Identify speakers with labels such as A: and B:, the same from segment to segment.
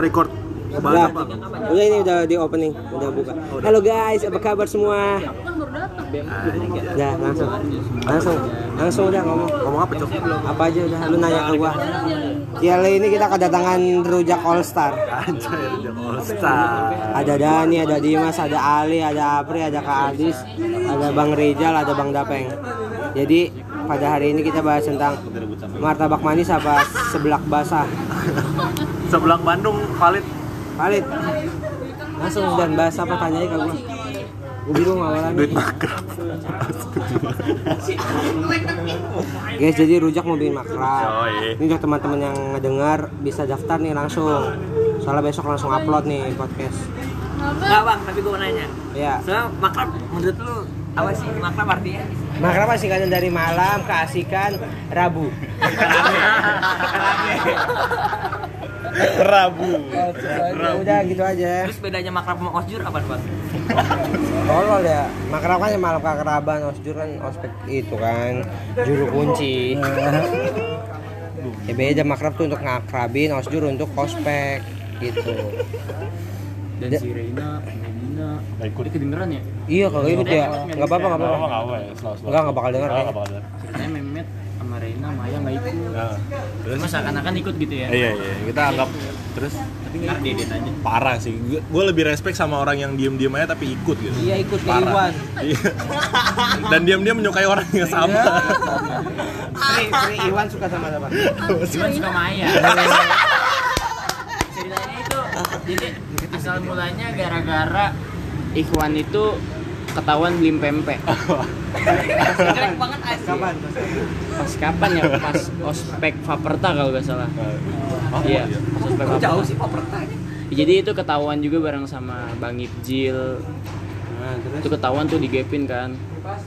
A: record
B: Udah,
A: baru Bang.
B: udah ini udah di opening, udah buka. Halo guys, apa kabar semua?
A: Anjay.
B: Udah langsung, langsung, langsung udah ngomong.
A: Ngomong apa cok?
B: Apa aja udah lu nanya ke gua. Ya hari ini kita kedatangan rujak all star.
A: Anjay, dia all star.
B: Ada Dani, ada Dimas, ada Ali, ada Apri, ada Kak Adis, ada Bang Rizal, ada Bang Dapeng. Jadi pada hari ini kita bahas tentang martabak manis apa seblak basah.
A: Sebelah Bandung valid.
B: Khalid, langsung dan bahas apa tanyanya ke gua. Gua bingung awalannya.
A: Duit makrab.
B: Guys, jadi rujak mau bikin makrab.
A: Yoi.
B: Ini untuk teman-teman yang ngedengar bisa daftar nih langsung. Soalnya besok langsung upload nih podcast.
C: Enggak bang, tapi gue mau nanya
B: Ya.
C: Soalnya makrab, menurut lu apa sih makrab artinya?
B: Makrab asikan dari malam keasikan Rabu.
D: Rabu.
B: Udah gitu aja.
C: Terus bedanya makrab sama osjur apa bang?
B: Tolol ya. Makrab kan ya malam kekeraban, osjur kan ospek itu kan juru kunci. ya beda makrab tuh untuk ngakrabin, osjur untuk ospek gitu.
E: dan
B: Da-
E: si Reina, Medina,
D: Nggak ikut.
E: dia kedengeran ya?
B: Iya kalau ikut ya, nggak apa-apa nggak
D: Gak apa-apa,
B: apa-apa.
D: gak apa-apa ya, slow, slow.
B: Nggak, nggak bakal denger,
D: Nggak,
B: kayaknya.
D: nggak bakal denger.
E: Ceritanya Mehmet sama Reina, Maya nggak ikut.
D: Nah, terus,
E: Cuma seakan-akan ikut gitu ya?
D: Eh, iya, iya, kita anggap terus
E: Tapi nggak deden aja.
D: parah sih. Gue lebih respect sama orang yang diem-diem aja tapi ikut gitu.
B: Iya ikut ke
D: Parah.
B: Iwan.
D: Iya. Dan diam-diam menyukai orang yang sama.
B: Sri, Sri Iwan suka sama siapa?
E: Cuman suka Maya. Ceritanya itu, jadi asal mulanya gara-gara Ikhwan itu ketahuan beli pempek.
C: Jelek banget asli
B: Kapan?
E: Pas kapan ya? Pas ospek Faperta kalau nggak salah.
D: Oh,
E: Iya, pas ospek
C: Kok jauh
E: Faperta.
C: sih Faperta
B: ya?
C: ini?
E: Jadi itu ketahuan juga bareng sama Bang Ipjil,
B: Nah, terus
E: itu ketahuan tuh digepin kan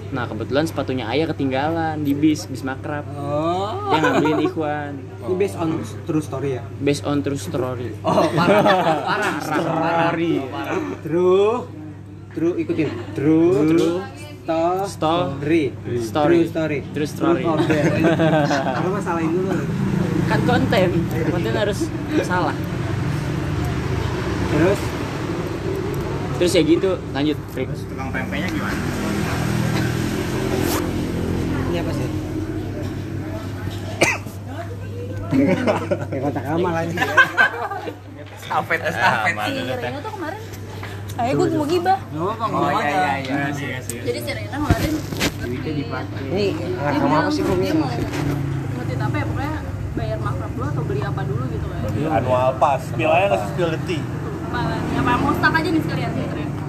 E: nah kebetulan sepatunya ayah ketinggalan di bis bis makrab
B: Oh.
E: yang ngambilin Ikhwan
B: Ini based on true story ya.
E: based on true story
C: Oh parah, parah,
E: story
B: True. True ikutin. True. True. Story.
E: Story.
B: True story.
E: True story.
B: True story. Kalau masalahin dulu.
E: kan konten konten harus salah
B: Terus
E: terus ya gitu lanjut Rick.
B: ini apa sih? Kayak kontak lama lagi.
C: Stafet, stafet
E: Ah,
F: si Reno Iya, tuh kemarin Ayah gue mau gibah
C: Oh iya iya iya
F: Jadi si Reno kemarin
B: Ini nggak sama apa sih gue
F: Dia
B: bingung.
F: mau ngetit apa ya Pokoknya bayar makrab dulu atau beli apa dulu gitu kan
D: Annual pass. Spill aja nggak sih spill the tea.
F: Apa ya apa mau stuck aja nih sekalian sih Reno Udah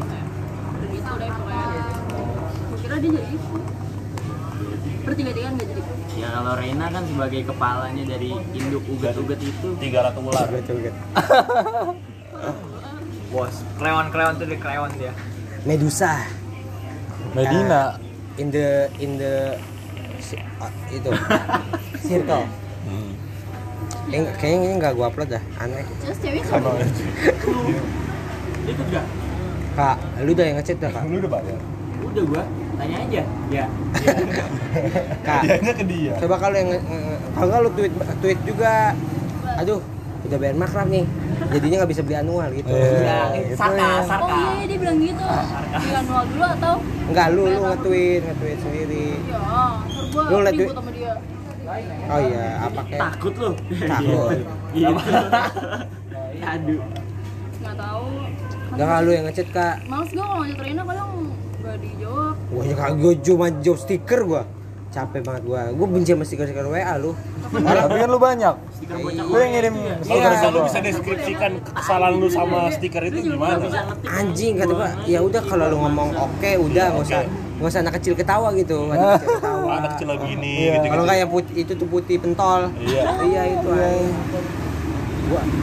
F: gitu deh pokoknya Gue kira dia jadi ikut Bertiga-tigaan gak jadi
E: ya kalau Reina kan sebagai kepalanya dari induk ugat-ugat itu
D: 300 ular.
C: Bos, kreon-kreon tuh di kreon dia
B: Medusa.
D: Medina.
B: in the in the si- ah, itu circle Eh, kayaknya ini nggak gua upload dah aneh
F: Terus cewek sama
B: kak lu udah yang ngechat dah kak
D: Lu udah bayar.
E: udah gua tanya aja ya
B: kak
D: Dianya ke dia.
B: coba kalau yang nge- nge- nge- kalau nggak lu tweet tweet juga aduh udah bayar makrab nih jadinya nggak bisa beli anual gitu
C: Iya, sarka,
F: Oh
C: sarka
F: iya iya, dia bilang gitu Di manual dulu atau
B: nggak lu lu nge-tweet nge-tweet sendiri
F: Ya, ntar
B: Lu
F: gue
B: liat
F: ribut
B: duit.
F: sama dia
B: oh iya apa kayak
E: takut lo
B: takut
C: Iya.
E: gitu aduh
F: Gak tau
B: udah nggak lu yang ngechat kak
F: Males gue kalau ngajak Reno kadang gak dijawab
B: Wah, ya kagak gue cuma job stiker gua. Capek banget gua. Gua benci sama stiker-stiker WA lu.
D: Tapi kan lu banyak. Gue yang ngirim. Kalau lu bisa deskripsikan kesalahan lu sama stiker itu gimana?
B: Anjing kata gua, ya udah kalau lu ngomong oke udah enggak usah nggak usah anak kecil ketawa gitu. Anak kecil ketawa. Iya,
D: Anak kecil lagi ini
B: Kalau
D: gitu-gitu.
B: enggak yang putih itu tuh putih pentol.
D: Iya.
B: Iya itu anjing.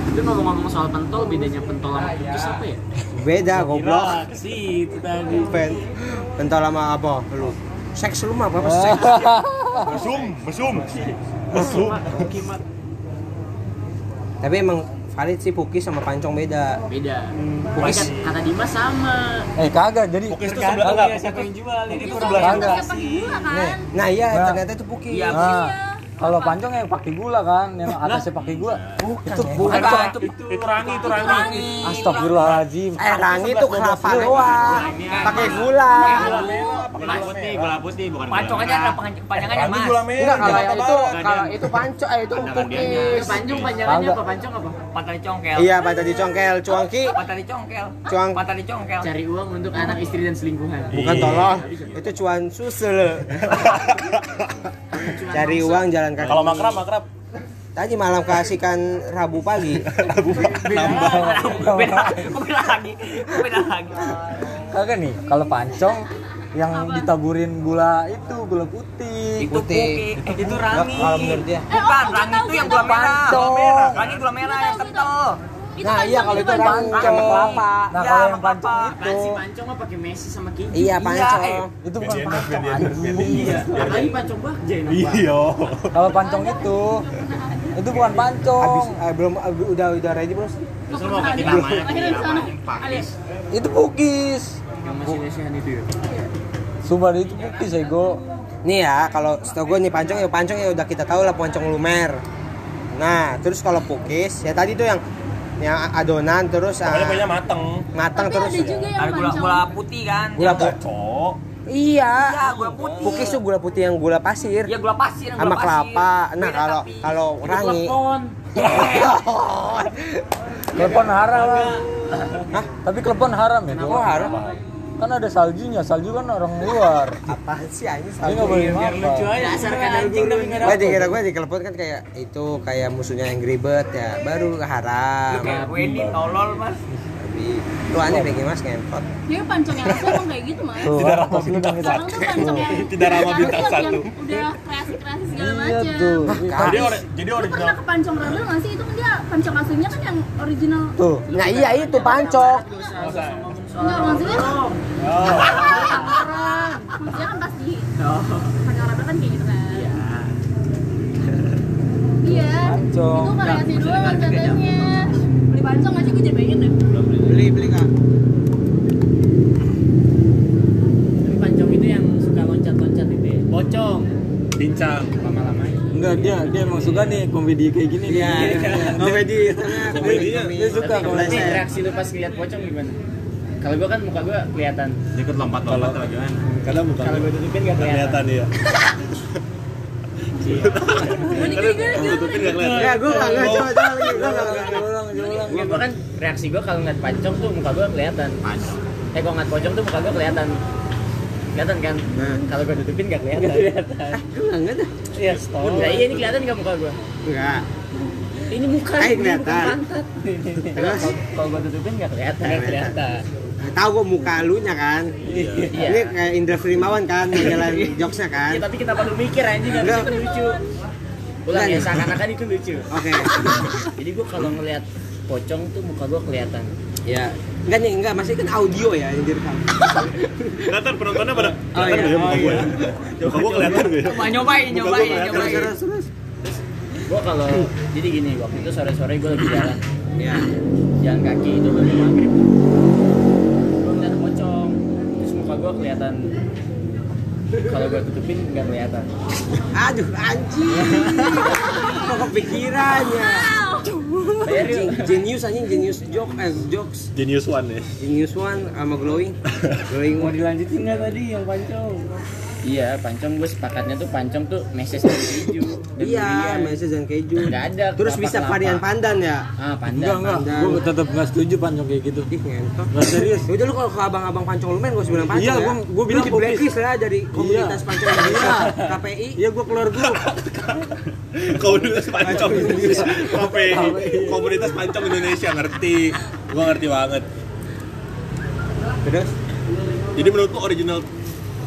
E: itu ngomong-ngomong soal pentol bedanya pentol sama kukis apa ya
B: Beda goblok.
E: sih itu tadi
B: Pen. Pentol sama apa lu? Seks lu mah apa, apa seks?
D: Mesum, mesum. Mesum.
B: Tapi emang valid sih Puki sama Pancong beda.
E: beda Tapi kan kata Dimas sama
G: Eh kagak, jadi
D: Pokoknya itu sebelah enggak.
E: siapa yang jual ini
F: Itu
D: sebelah
F: soalnya
D: tangga.
F: pakai gula kan
B: Nah iya ternyata itu Puki.
E: iya
G: Ah.
F: Iya.
H: Kalau panjang yang pakai gula kan, yang atasnya pakai gula. Bukan, itu
B: ya?
H: bukan.
D: Bukan
H: Cok.
D: Cok. itu rangi, itu rangi.
H: Astagfirullahaladzim.
B: Eh, rangi tuh kelapa doang. Pakai gula.
E: Gula putih, gula putih bukan gula
C: Pacokannya ada panjangannya
D: Rangi
C: mas.
D: gula merah.
B: Enggak kalau yang itu,
D: Jakarta
B: kalau itu panco, eh itu
E: Pandangan dia aja.
B: pukis.
E: Panjang panjangannya
H: Kagak.
E: apa pancong apa?
C: Pantai congkel.
B: Iya, baca di congkel, cuangki.
C: Pantai congkel.
B: Cuang.
C: Pantai congkel.
E: Cari uang untuk anak istri dan selingkuhan.
B: Bukan tolong, itu cuan susel. Cari uang jalan
D: Barat.
B: kaki.
D: Kalau makrab, makrab.
B: Tadi malam keasikan Rabu pagi.
D: Nambah.
C: Beda, kok beda lagi? Kok beda lagi?
H: Kagak nih, kalau pancong yang ditaburin gula itu, gula putih.
C: Itu
B: Putih.
C: putih. Eh, itu rangi.
B: Kalau menurut dia.
C: Bukan, rangi itu yang gula merah. Gula merah. Rangi gula merah yang kental.
B: Nah,
F: kan
B: iya kalau itu
F: panjang.
B: rangi kelapa.
H: Nah, kalau
C: Ya,
H: yang
C: sama
H: pancong itu,
C: kelapa.
E: Kan si pancong mah pakai Messi sama Kiki.
B: Iya,
C: eh.
B: panco.
H: itu bukan pancong.
D: Biar dia enak, biar dia enak, biar dia
H: anjing.
E: Apalagi pancong bagja enak banget.
D: Iya.
H: Kalau pancong itu, itu bukan pancong.
B: Habis eh, belum eh, udah udah ready, Bro.
E: Justru mau ganti namanya, ganti
F: Akhirnya di sana.
E: namanya. Pakis.
H: Itu pukis.
E: Yang masih lesehan itu ya.
H: Sumpah itu pukis, Ego.
B: Nih ya, kalau setahu gue nih pancong ya pancong ya udah kita tahu lah pancong lumer. Nah, terus kalau pukis ya tadi tuh yang yang adonan terus ah,
D: Pokoknya punya mateng.
B: matang
F: Tapi
B: Kan terus ya.
F: ada juga yang
C: Ada gula
F: pancong.
C: gula putih kan?
B: gula
D: Enggak,
B: putih.
D: Cok.
B: Iya.
C: Iya, gula putih.
B: Pukis tuh gula putih yang gula pasir.
C: Iya, gula pasir yang
B: sama
C: gula pasir.
B: kelapa. Nah,
C: Beda
B: kalau
C: tapi.
B: kalau rangi.
E: Telepon.
H: Klepon haram lah.
B: Hah?
H: Tapi klepon haram ya, Ego.
B: Kok harum?
H: Kan ada saljunya, salju kan orang luar.
B: Apa sih anjing Iya,
H: Dia nggak boleh makan.
E: Dasar kan anjing tapi nggak
B: Gue dikira gue dikelepon kan kayak itu kayak musuhnya yang ribet ya baru haram.
C: Kayak wedding tolol, Mas.
B: Tapi lu aneh deh mas ngentot.
F: Dia pancong yang asli emang kayak gitu mas.
H: Tuh,
D: Tidak
H: apa
D: ramah
H: sih
D: bintang
H: nangis?
F: Sekarang tuh pancong yang
D: Tidak ramah
F: yang
D: bintang
F: asli yang
D: satu.
F: Udah kreasi-kreasi segala
H: Iya
F: macam.
H: tuh.
D: Jadi ori- jadi
F: Lu
D: original.
F: pernah ke pancong rebel nggak sih? Itu kan dia pancong aslinya kan yang original.
H: Tuh.
B: Nah iya itu pancok.
F: Enggak maksudnya.
D: Oh.
F: Orang. Maksudnya kan pas di pancong rebel kan kayak gitu kan. Iya.
H: Pancong.
F: Itu variasi doang katanya. Beli pancong aja gue jadi pengen deh.
B: Beli beli kak.
E: Tapi pancong itu yang suka loncat-loncat itu ya. Pocong.
D: Bincang.
E: Lama-lama.
H: Enggak dia dia emang suka nih komedi kayak gini
B: Iya. Komedi.
D: Komedinya.
H: Dia suka
E: Tapi
H: komedi.
E: tapi reaksi lu pas ngeliat pocong gimana? Kalau gua kan muka gua kelihatan.
I: Ikut lompat-lompat atau gimana?
D: Kadang bukan.
E: Kalau gua tutupin nggak kelihatan.
D: Kelihatan ya.
F: Gue nih gini-gini.
D: Tutupin nggak kelihatan.
B: Enggak gue enggak enggak coba coba lagi. Gua nggak- nggak- nggak.
H: Ulang, ulang.
E: Gua gua kan reaksi gua kalau ngeliat pancong tuh muka gua kelihatan. Eh kalau ngeliat pocong tuh muka gua kelihatan. Kelihatan kan? Kalau gua tutupin nggak kelihatan.
B: Enggak enggak dah.
E: Iya, stop. Udah, iya ini kelihatan nggak muka gua?
B: Enggak.
E: Ini muka.
B: Ah,
E: ini
B: kelihatan.
E: bukan pantat.
B: Terus?
E: Kalau- Kalau gua tutupin nggak kelihatan. Nggak kelihatan.
B: Tahu gue muka lu nya kan.
E: Iya.
B: Ini kayak Indra Firmawan kan modelan jokesnya kan.
E: Iya, tapi kenapa lu mikir anjing nggak itu lucu? Ulang ya, seakan-akan itu lucu.
B: Oke.
E: Jadi gua kalau ngeliat pocong tuh muka gua kelihatan.
B: Ya. Enggak nih enggak masih kan audio ya anjir kamu.
D: Kelihatan penontonnya pada.
B: Oh
D: Kelihatan
B: iya.
D: nggak ya muka gue? Muka gue kelihatan nggak ya?
C: Coba nyobain, nyobain,
B: Terus
C: nyobain.
B: terus terus.
E: Gua kalau jadi gini waktu itu sore-sore gua lagi jalan
B: Ya.
E: jalan kaki itu baru maghrib. Gua ngeliat pocong terus muka gua kelihatan. Kalau gua tutupin nggak kelihatan.
B: Aduh anjing. Kok kepikirannya? Anjing, Genius anjing genius joke eh jokes.
D: Genius one ya.
B: Genius one sama glowing. Glowing one.
E: dilanjutin nggak tadi yang pancong? Iya, pancong gue sepakatnya tuh pancong tuh meses dari keju dan
B: Iya,
E: durian.
B: meses dan keju.
E: Nggak ada
B: Terus
E: kelapa-
B: bisa
E: kelapa.
B: varian pandan ya.
E: Ah,
H: Enggak
E: pandan.
H: enggak, gue tetap nggak setuju pancong kayak gitu.
B: Ih, ngentot.
H: Nggak serius.
B: Ya udah lu kalau ke abang-abang pancong lu main gua bilang pancong
H: Iya,
B: ya.
H: gua- gua
B: Lu
H: bilang
B: di
H: pupis.
B: blacklist ya dari komunitas
H: Iya.
B: pancong Indonesia, KPI.
H: Iya gue keluar dulu.
D: Kau dulu pancong Indonesia. KPI. Komunitas pancong Indonesia ngerti. Gue ngerti banget.
B: Terus
D: Jadi menurut lu original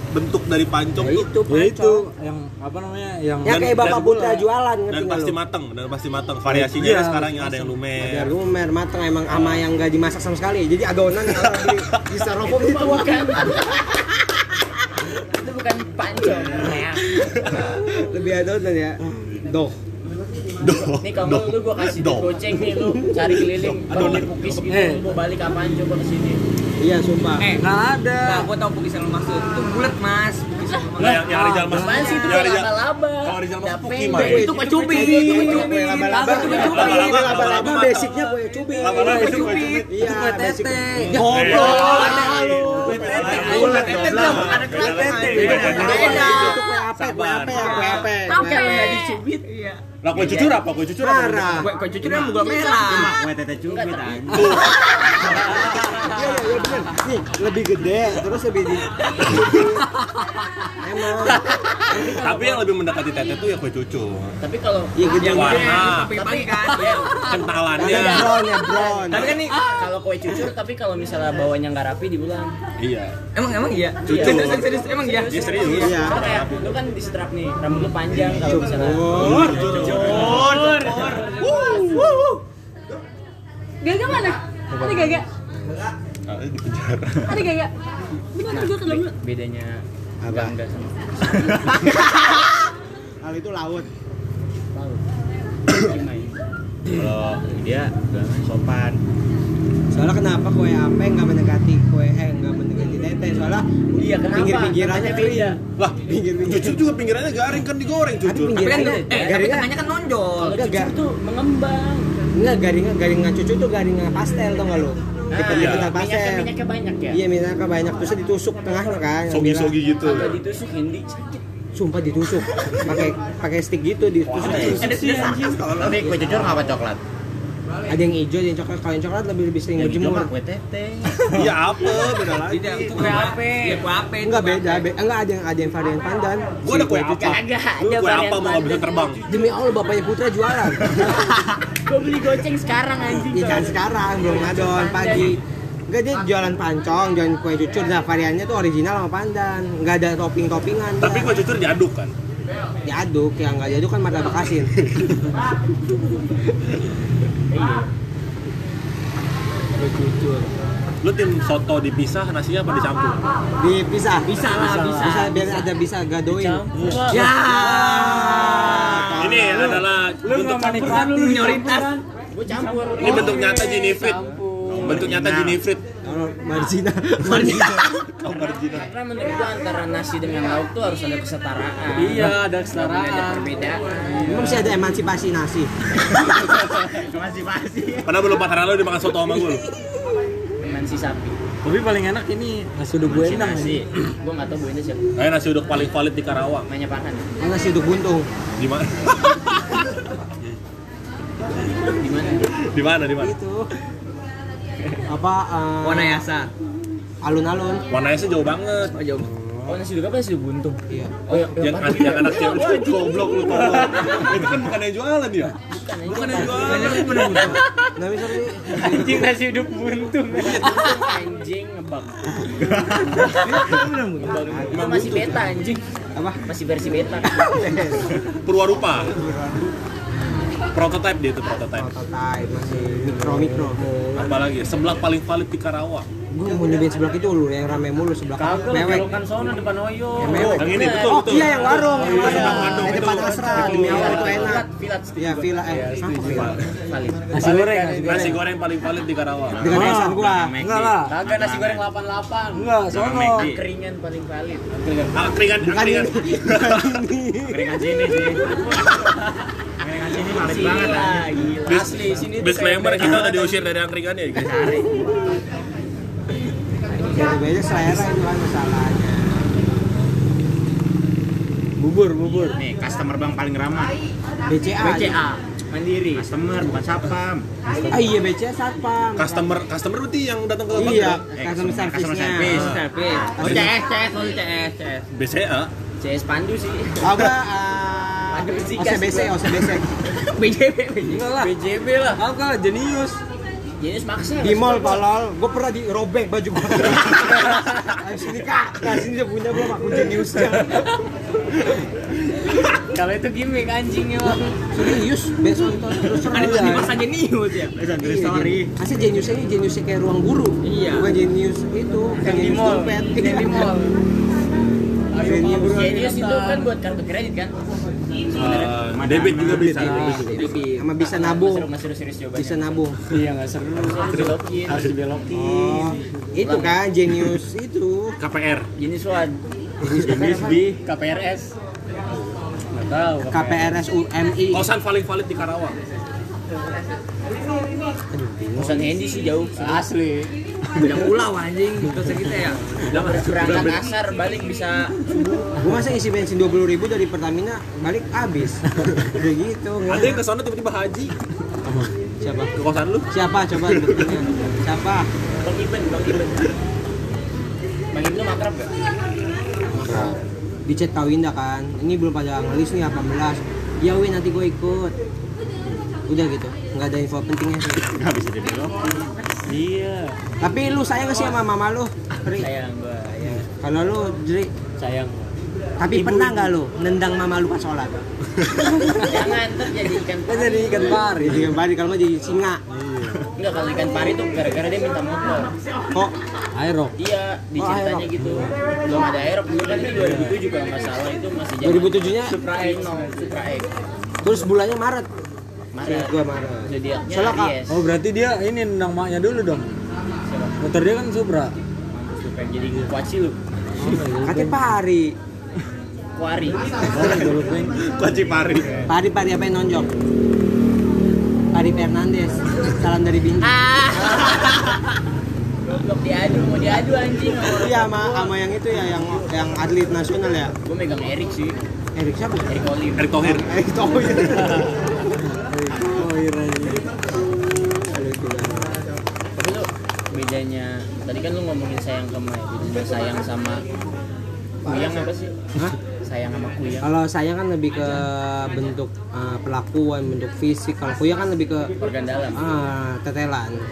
D: bentuk dari pancong
B: ya
D: tuh
B: itu
H: ya itu
B: pancong.
H: yang apa namanya yang
B: Ya
D: Dan-
B: kayak Bapak
D: dan-
B: Putra jualan ngerti
D: dan
B: nggak
D: pasti
B: lu?
D: mateng dan pasti mateng variasinya
H: Iya,
D: sekarang yang ada yang
B: Ada
D: lumer
B: lumer mateng emang ama yang nggak dimasak sama sekali. Jadi adonan kalau di di styrofoam
E: Itu
B: itu
E: mah bukan. itu bukan pancong.
C: ya.
B: lebih adonan ya. Doh.
D: Doh,
E: Nih kamu lu gua kasih duit
D: Dong.
E: goceng nih lu cari keliling kalau di bukis gitu
B: Eh.
E: lu mau balik apaan coba ke sini.
B: Iya sumpah.
C: Eh,
H: nggak ada.
C: Nah, gua tahu pukisan lu maksud. Itu bulat, Mas. Pukisan
D: Nah, yang yang Rizal masuk.
E: Apaan sih itu
B: Iya,
D: yang Rizal-
E: laba-laba?
B: Oh.
D: Kalau Rizal masuk
E: Dapet.
D: Puki mah.
E: Itu pecubit. Laba-laba itu pecubit.
D: Laba-laba,
B: Laba-laba
D: laba-laba.
B: basicnya kue cubit.
D: Laba-laba itu kue cubit.
B: Iya, basic. Iya,
D: Ngobrol.
E: Bulat, tetet dong, ada kerak tetet. Beda.
B: Itu kue ape, kue ape,
D: Sabar.
B: kue ape.
E: Yang
F: Ape.
E: nggak dicubit.
D: Lah kue jujur apa? Kue jujur apa? Nah,
B: Parah.
E: Kue kue cucurnya juga merah.
A: Kue tete cubit anjing.
B: Iya, iya, iya, bener. Nih, lebih gede, terus lebih di... Emang.
D: Tapi yang lebih mendekati tete itu ya kue cucur.
E: Tapi kalau
B: Iya, gede.
E: yang
D: Warna,
E: tapi kan
C: Iya.
E: ya. Iya.
D: kentalannya.
B: Ada brown, ya brown.
E: Tapi kan nih kalau kue cucur tapi kalau misalnya bawanya nggak rapi diulang.
D: Iya.
C: Emang emang iya.
D: Cucur.
C: Serius serius emang iya.
D: Dia serius.
B: Iya.
E: Soalnya kayak lu kan di strap nih, rambut lu panjang kalau misalnya.
F: Gaga mana? Ada Gaga?
D: Ada di penjara.
F: Ada Gaga? Bener gue ke dalam dulu.
E: Bedanya
B: Apa?
E: enggak sama.
B: Hal itu laut.
A: Kalau dia nggak sopan.
B: Soalnya kenapa kue ape nggak mendekati kue eh nggak mendekati tete? Soalnya
E: Iya, kenapa? iya.
B: pinggir-pinggirannya
E: Katanya
B: kering.
E: beda.
D: Lah,
B: Pinggir-pinggir.
D: cucur juga pinggirannya garing kan digoreng
B: Tapi
D: cucur.
C: Tapi kan
B: pinggirnya
C: eh tapi
B: garingnya
C: tengahnya kan nonjol.
E: Kalau
B: Enggak,
E: cucur
B: enggak.
E: tuh mengembang.
B: enggak garingnya garingnya cucu tuh garingnya pastel tau nggak lu?
E: Ah,
B: Kita
D: iya.
B: kita
E: Minyaknya
B: pastel.
E: minyaknya banyak ya.
B: Iya misalnya banyak terus ditusuk tengahnya kan.
D: Sogi-sogi gitu.
E: Kalau ditusukin di
B: Eh,
E: sakit.
B: Sumpah ditusuk. Pakai pakai stick gitu ditusuk.
E: Ada sih anjing.
A: Tapi kue jujur apa coklat?
B: Ada yang hijau, ada yang coklat. Kalau yang coklat lebih lebih sering
A: Yang hijau
B: berjemur.
A: mah kue tete.
D: Iya apa? Beda lagi.
C: Tidak, itu kue ape. Ya kue ape. itu
B: Enggak
C: kue
B: beda, be- enggak ada yang ada yang varian pandan.
D: Gua ada kue apa?
E: Kagak
D: Lu
E: ada
D: kue
E: varian
D: apa mau nggak bisa
E: pandan.
D: terbang?
B: Demi Allah bapaknya Putra jualan.
E: Gue beli goceng sekarang anjing.
B: Iya jangan sekarang, belum adon pagi. Enggak dia jualan pancong, jualan kue cucur. Nah variannya tuh original sama pandan. Enggak ada topping-toppingan.
D: Tapi
B: dia.
D: kue cucur diaduk kan?
B: diaduk, yang enggak diaduk kan martabak asin.
D: Lu tim soto dipisah nasinya apa dicampur?
B: Dipisah.
E: Bisa lah, bisa.
B: Bisa biar ada bisa gadoin.
E: Campur.
B: Ya.
D: Ini adalah bentuk
J: menikmati
C: Lu minoritas.
E: Gue campur.
D: ini bentuk nyata Ginifrit. Bentuk nyata Ginifrit.
B: Kalau Marjina.
E: Karena menurut gua antara nasi dengan lauk tuh harus ada kesetaraan.
J: Iya, ada
E: Nggak boleh ada
J: kesetaraan.
E: perbedaan.
B: Emang sih ada emansipasi nasi.
D: Padahal belum patah lalu dimakan soto sama gue. lu.
E: Mansi sapi.
J: Tapi paling enak ini nasi udah gue enak
E: Nasi. Gue nggak tahu buahnya siapa.
D: Kayak nasi uduk paling valid di Karawang.
E: Namanya Pahan.
B: Yang nasi uduk buntung.
D: Di mana?
E: Di mana?
D: Di mana? Di mana?
B: Itu. Gitu. Apa eh,
E: ya?
C: Wanayasa.
B: alun-alun.
D: Warnanya sih jauh banget.
E: Oh nasi juga apa nasi juga buntung?
B: Iya.
E: Oh yang
D: Yang
E: yang
D: anak yang anak yang goblok lu tolong. Itu kan bukan yang jualan ya? Bukan yang jualan.
B: Nah, bisa sih.
E: anjing nasi uduk buntung. anjing ngebak. Ngebak. Itu masih beta anjing.
B: Apa?
E: Masih versi beta.
D: Purwarupa. Prototype dia itu prototype.
B: Prototype Oh, masih mikro-mikro.
D: Apalagi sebelah paling valid di Karawang.
B: Gue mau nyobain sebelah itu lu yang rame mulu sebelah
E: Kagak lah
B: mewek.
E: belokan kan sono depan Oyo.
B: Yang mewek.
D: Yang ini betul
B: Oh
D: betul.
B: iya yang warung, yang
D: depan
B: warung.
D: warung,
B: Di depan
D: itu.
B: asrama, di mewah itu enak.
E: Pilat,
B: Ya villa eh sama villa.
E: valid.
J: Nasi goreng, nasi goreng.
D: Nasi goreng paling valid di Karawang.
B: Dengan yayasan gua.
J: Enggak lah.
E: Kagak nasi goreng 88.
J: Enggak, sono.
E: Keringan paling valid.
D: Ah, keringan,
B: Bukan
D: keringan.
B: ini.
A: Keringan sini sih. Keringan sini valid banget anjing.
E: Gila.
D: Bis-
E: Asli sini tuh
D: Bis
E: kayak
D: member
E: beda.
D: kita udah diusir dari angkringan ya. guys.
B: Ya beda selera itu kan masalahnya.
J: Bubur, bubur.
A: Nih, customer bank paling ramah.
B: BCA.
E: BCA Mandiri.
A: Customer bukan satpam.
B: Ah iya BCA satpam.
D: Customer customer berarti yang datang ke bank
B: Iya,
A: Eh,
B: customer
A: customer
B: service-nya.
A: service.
B: Ah.
C: Tapi oh CS CS oh CS
D: Ah,
C: CS.
D: BCA.
E: CS Pandu sih.
B: Oh gua eh,
E: Ada bersikas,
B: OCBC,
E: gua.
B: OCBC.
C: BJB.
J: Enggak lah.
E: BJB lah.
J: Enggak, jenius.
E: Jenis maksa.
B: Di
E: nggak
B: mall
E: suka.
B: palol, gua pernah dirobek baju gua. Ayo sini Kak, Nah, sini dia punya belum aku jeniusnya.
E: Kalau itu gimmick ya. anjingnya Bang.
B: Serius, besok nonton terus
C: Kan itu
B: terang.
C: di masa jenius ya.
D: Iya,
B: Sorry. Asli jeniusnya ini jeniusnya kayak ruang guru.
C: Iya.
B: Bukan jenius itu, kayak
E: Di
B: jenius
E: mall.
B: dompet. Iya.
E: Yang Di mall.
B: Jenius.
E: Genius itu kan buat kartu kredit kan?
D: Eh, debit juga bisa.
B: iya.
D: iya.
B: Sama bisa nabung,
E: Seru masih serius jawabannya.
B: bisa nabung.
J: Iya, enggak seru.
E: Harus dibelokin.
D: Oh.
J: Harus dibelokin.
B: Oh, itu kan jenius itu.
D: KPR.
E: Jenis wad.
A: Bisbi.
E: KPRS nggak tahu
B: KPRS UMI
D: Kosan paling valid di Karawang.
E: Kosan Hendy sih jauh asli
C: Udah pulau anjing, terus kita ya.
D: Udah mas.
E: berangkat asar balik bisa
B: gue masa isi bensin 20.000 ribu dari Pertamina balik habis udah gitu
D: Ada yang kesana tiba-tiba haji
B: siapa
D: ke kosan lu.
B: siapa coba buktinya. siapa
E: Bang Iben Bang Iben Bang Iben lu makrab gak?
B: di chat Kawinda kan ini belum pada ngelis nih 18 ya Win nanti gue ikut udah gitu nggak ada info pentingnya
A: Nggak bisa dibelok.
E: iya
B: tapi lu sayang gak sih sama mama lu Ri?
E: sayang gua ya.
B: kalau lu Ri
E: sayang gua
B: tapi pernah nggak lu nendang mama lu pas sholat
E: jangan ntar jadi ikan
J: Kan jadi ikan pari. Hmm.
B: jadi kembali kalau nggak jadi singa
E: Enggak kalau ikan pari tuh gara-gara dia minta motor.
B: kok
J: Aero.
E: Iya, di ceritanya gitu. Belum ada Aerox dulu kan itu 2007 kalau nggak salah itu masih zaman
B: 2007-nya?
E: Supra X, Supra X.
B: terus bulannya Maret
E: Maret.
B: gue Maret
E: Zodiaknya
B: Soalnya Kak-
E: Aries.
J: Oh berarti dia ini nendang maknya dulu dong. Motor dia kan Supra.
E: Mampus lu pengen jadi gue kuaci lu.
B: katanya pari
E: Kuari.
D: Kunci pari.
B: pari pari apa yang nonjok pari Fernandes salam dari Bintang
E: Ah. Goblok diadu, mau diadu anjing.
B: iya sama sama yang itu ya yang yang atlet nasional ya
E: Gue megang Erik sih,
B: Erik siapa
E: Erik Olim.
D: Erick Thohir.
B: Erik Thohir
E: Tapi lu bedanya tadi kan lu ngomongin sayang ke Mai, bedanya sayang sama kuyang apa sih?
B: Hah?
E: Sayang sama kuyang.
B: kalau saya kan lebih ke bentuk eh, perlakuan bentuk fisik kalau Kuya kan lebih ke
E: organ dalam
B: ah, tetelan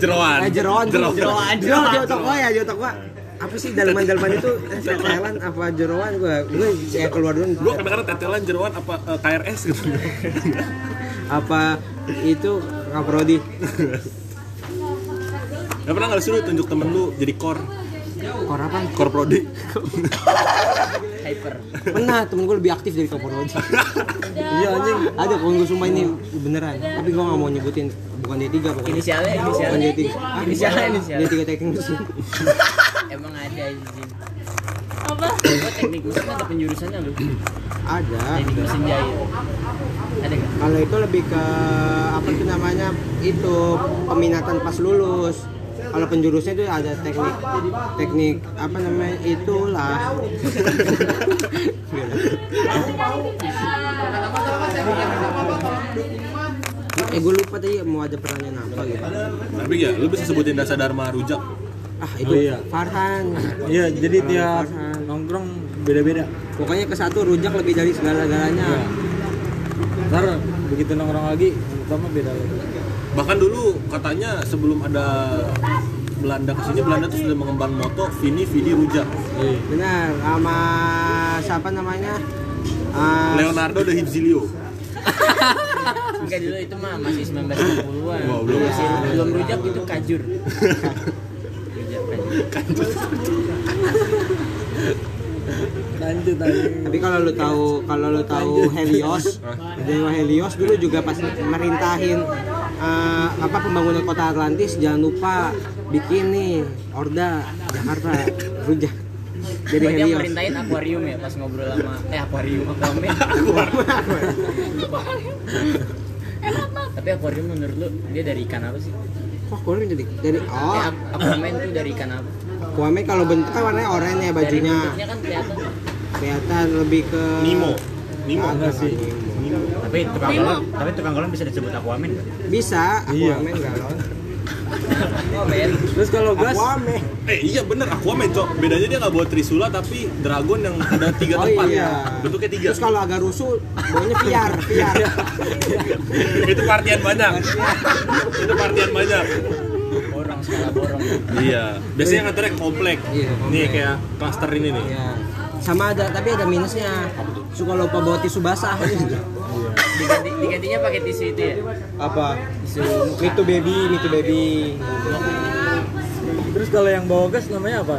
D: Jeroan.
B: eh jeroan jeroan jeroan
D: Jeroan.
B: jeroan jeroan gua ya jeroan gua apa sih dalaman dalaman itu eh, tetelan apa jeroan gua gua ya keluar
D: Gue
B: dulu
D: kadang-kadang tetelan jeroan apa eh, KRS gitu.
B: apa itu kaprodi
D: Ya pernah nggak sih lu tunjuk temen lu jadi kor,
B: kor apa
D: kor prodi?
E: hyper
B: pernah temen gue lebih aktif dari kaprodi iya anjing Iya. ada kalau gue sumpah ini beneran tapi gue gak mau nyebutin bukan D3 pokoknya
E: inisialnya
B: bukan
E: inisialnya
B: D3
E: Inisialnya, inisialnya.
B: D3 teknik
E: emang ada izin
F: apa
E: gua teknik mesin ada penjurusannya lu
B: ada
E: teknik mesin jahit ada nggak
B: kalau itu lebih ke apa tuh namanya itu peminatan pas lulus kalau penjurusnya itu ada teknik teknik apa namanya itulah eh gue lupa tadi mau ada pertanyaan apa gitu
D: Tapi ya, lu bisa sebutin dasar dharma rujak.
B: ah itu
J: Oh, iya.
B: Farhan
J: Iya, jadi
B: Kalau
J: tiap
B: kosan.
J: nongkrong beda-beda.
B: pokoknya ke satu rujak lebih dari segala-galanya
J: Iya. Ntar begitu nongkrong lagi, yang pertama beda lagi.
D: Bahkan dulu katanya sebelum ada Belanda kesini Belanda tuh sudah mengembang moto Vini Vidi Rujak.
J: Iya.
B: benar sama siapa namanya Ah,
D: Leonardo da Hibzilio.
E: enggak dulu itu mah masih 1960-an
D: Wah, belum.
E: masih belum rujak itu kajur rujak kajur
J: Lanjut aja.
B: Tapi kalau lu tahu kalau lu tahu Helios, Dewa Helios dulu juga pas merintahin eh, apa pembangunan kota Atlantis jangan lupa bikin nih Orda Jakarta rujak jadi
E: Gua dia
B: Helios.
E: merintahin akuarium ya pas ngobrol sama eh akuarium akuarium tapi akuarium menurut lu dia dari ikan apa sih?
B: Wah, kulit jadi dari
E: Oh.
J: Ya.
B: oh,
E: akuarium tuh dari ikan apa?
B: Kwame kalau bentuknya warnanya oranye ya
E: Dari
B: bajunya.
E: bentuknya kan kelihatan.
B: Kelihatan lebih ke
D: Nemo. Nemo.
B: Agak sih.
A: Tapi tukang galon, tapi tukang galon bisa disebut Aquaman nggak?
B: Bisa,
J: Iya.
B: Aquaman galon.
E: Oh, Ben.
J: Terus kalau gas,
B: Aquaman.
D: Eh iya bener Aquaman cok. Bedanya dia nggak bawa Trisula tapi dragon yang ada tiga
B: Oh
D: tempat.
B: iya.
D: Bentuknya tiga. Iya.
B: Terus kalau agak rusuh, baunya piar, piar.
D: Itu partian banyak. Itu partian banyak.
E: Borong segala borong.
D: Iya. Biasanya nganternya komplek.
B: Iya, komplek.
D: Nih kayak cluster ini nih.
B: Iya. Sama ada tapi ada minusnya. Suka lupa bawa tisu basah.
E: Diganti, digantinya pakai tisu itu ya.
B: Apa?
E: Tisu
B: Me too baby, me too baby.
J: terus kalau yang bawa gas namanya apa?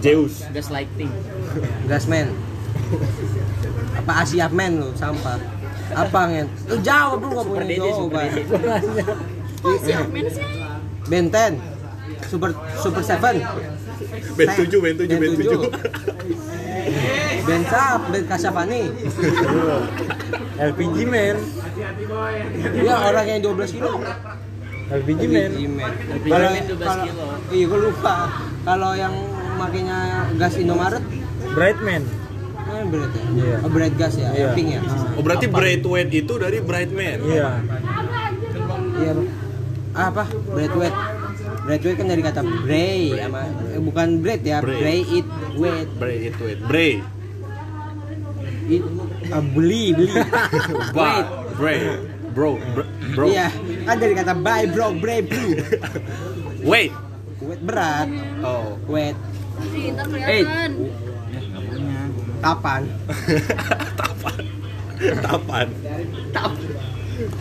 D: Zeus.
E: gas lighting.
B: Gasman. Apa Asia man lu sampah. Apa ngen? Lu jawab lu gak
E: Super
B: punya
E: DD, super
B: jawaban.
E: DD.
F: kok siapa Oh, sih
B: Benten. Super Super Seven.
D: Band 7, band 7, band 7.
B: Eh, Ben Sap, Ben Kasavani.
J: LPG man
B: Ya orang yang 12 kilo.
J: LPG man
B: Kalau
E: Band 12
B: kalau-
E: kilo.
B: Iya, gue lupa. Kalau yang makainya gas Indomaret,
J: Bright man
B: eh, berat ya.
J: Iya.
B: Oh, berat gas ya,
J: Iya.
B: yang pink ya.
D: Oh berarti Braithwaite itu dari Brightman.
J: iya
B: Iya. Bang. Ah, apa? Bread wet. Bread wet kan dari kata bray sama eh, bukan bread ya,
D: Bray.
B: bray it wet.
D: Braithwaite, Bray.
B: It ah, beli, beli.
D: Ba, Bray. Bro, br- bro.
B: Iya, kan dari kata buy bro, bray bro.
D: Wait.
B: Wet berat,
D: Oh.
B: wet
F: Sih, ntar kelihatan.
B: tapan.
D: Tapan. Tapan.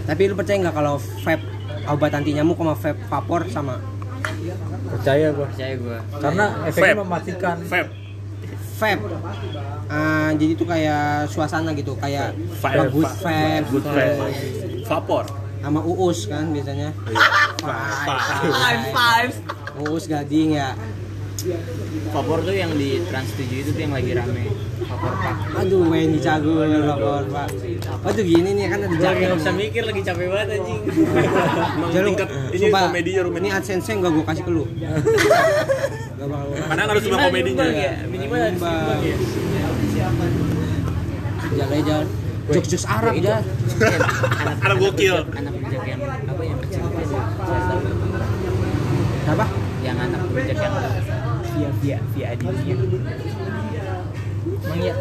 B: Tapi lu percaya nggak kalau vape obat anti nyamuk sama vape vapor sama?
J: percaya gua
E: percaya gue
J: karena efeknya
D: Vape.
J: mematikan
D: Fab.
B: Vape. Ah, jadi itu kayak suasana gitu, kayak
D: Vape.
B: good vape, gitu.
D: Good friend. Vapor.
B: sama uus kan biasanya.
D: Iya.
C: Five, five.
B: Uus gading ya.
E: Vapor tuh yang di Trans 7 itu tuh yang lagi rame Vapor pak
B: Aduh, main di Cagul, lapor, Pak. Waduh, gini nih kan ada jaket.
E: bisa mikir lagi capek banget anjing
D: Emang
B: Jangan lu-
D: tingkat ini ya,
B: Sumpah,
D: komedinya rumit.
B: Eh, Ini adsense nggak gue kasih ke lu. Gak bakal gua kasih.
D: Karena harus suka komedinya.
E: Nyumbang ya minimal harus
B: Nyumbang.
E: nyumbang ya
B: Jalan aja. Jokes-jokes Arab ya.
D: Anak gokil.
E: anak bejak yang apa yang kecil itu
B: Apa?
E: yang anak bejak yang via via via adinya emang ya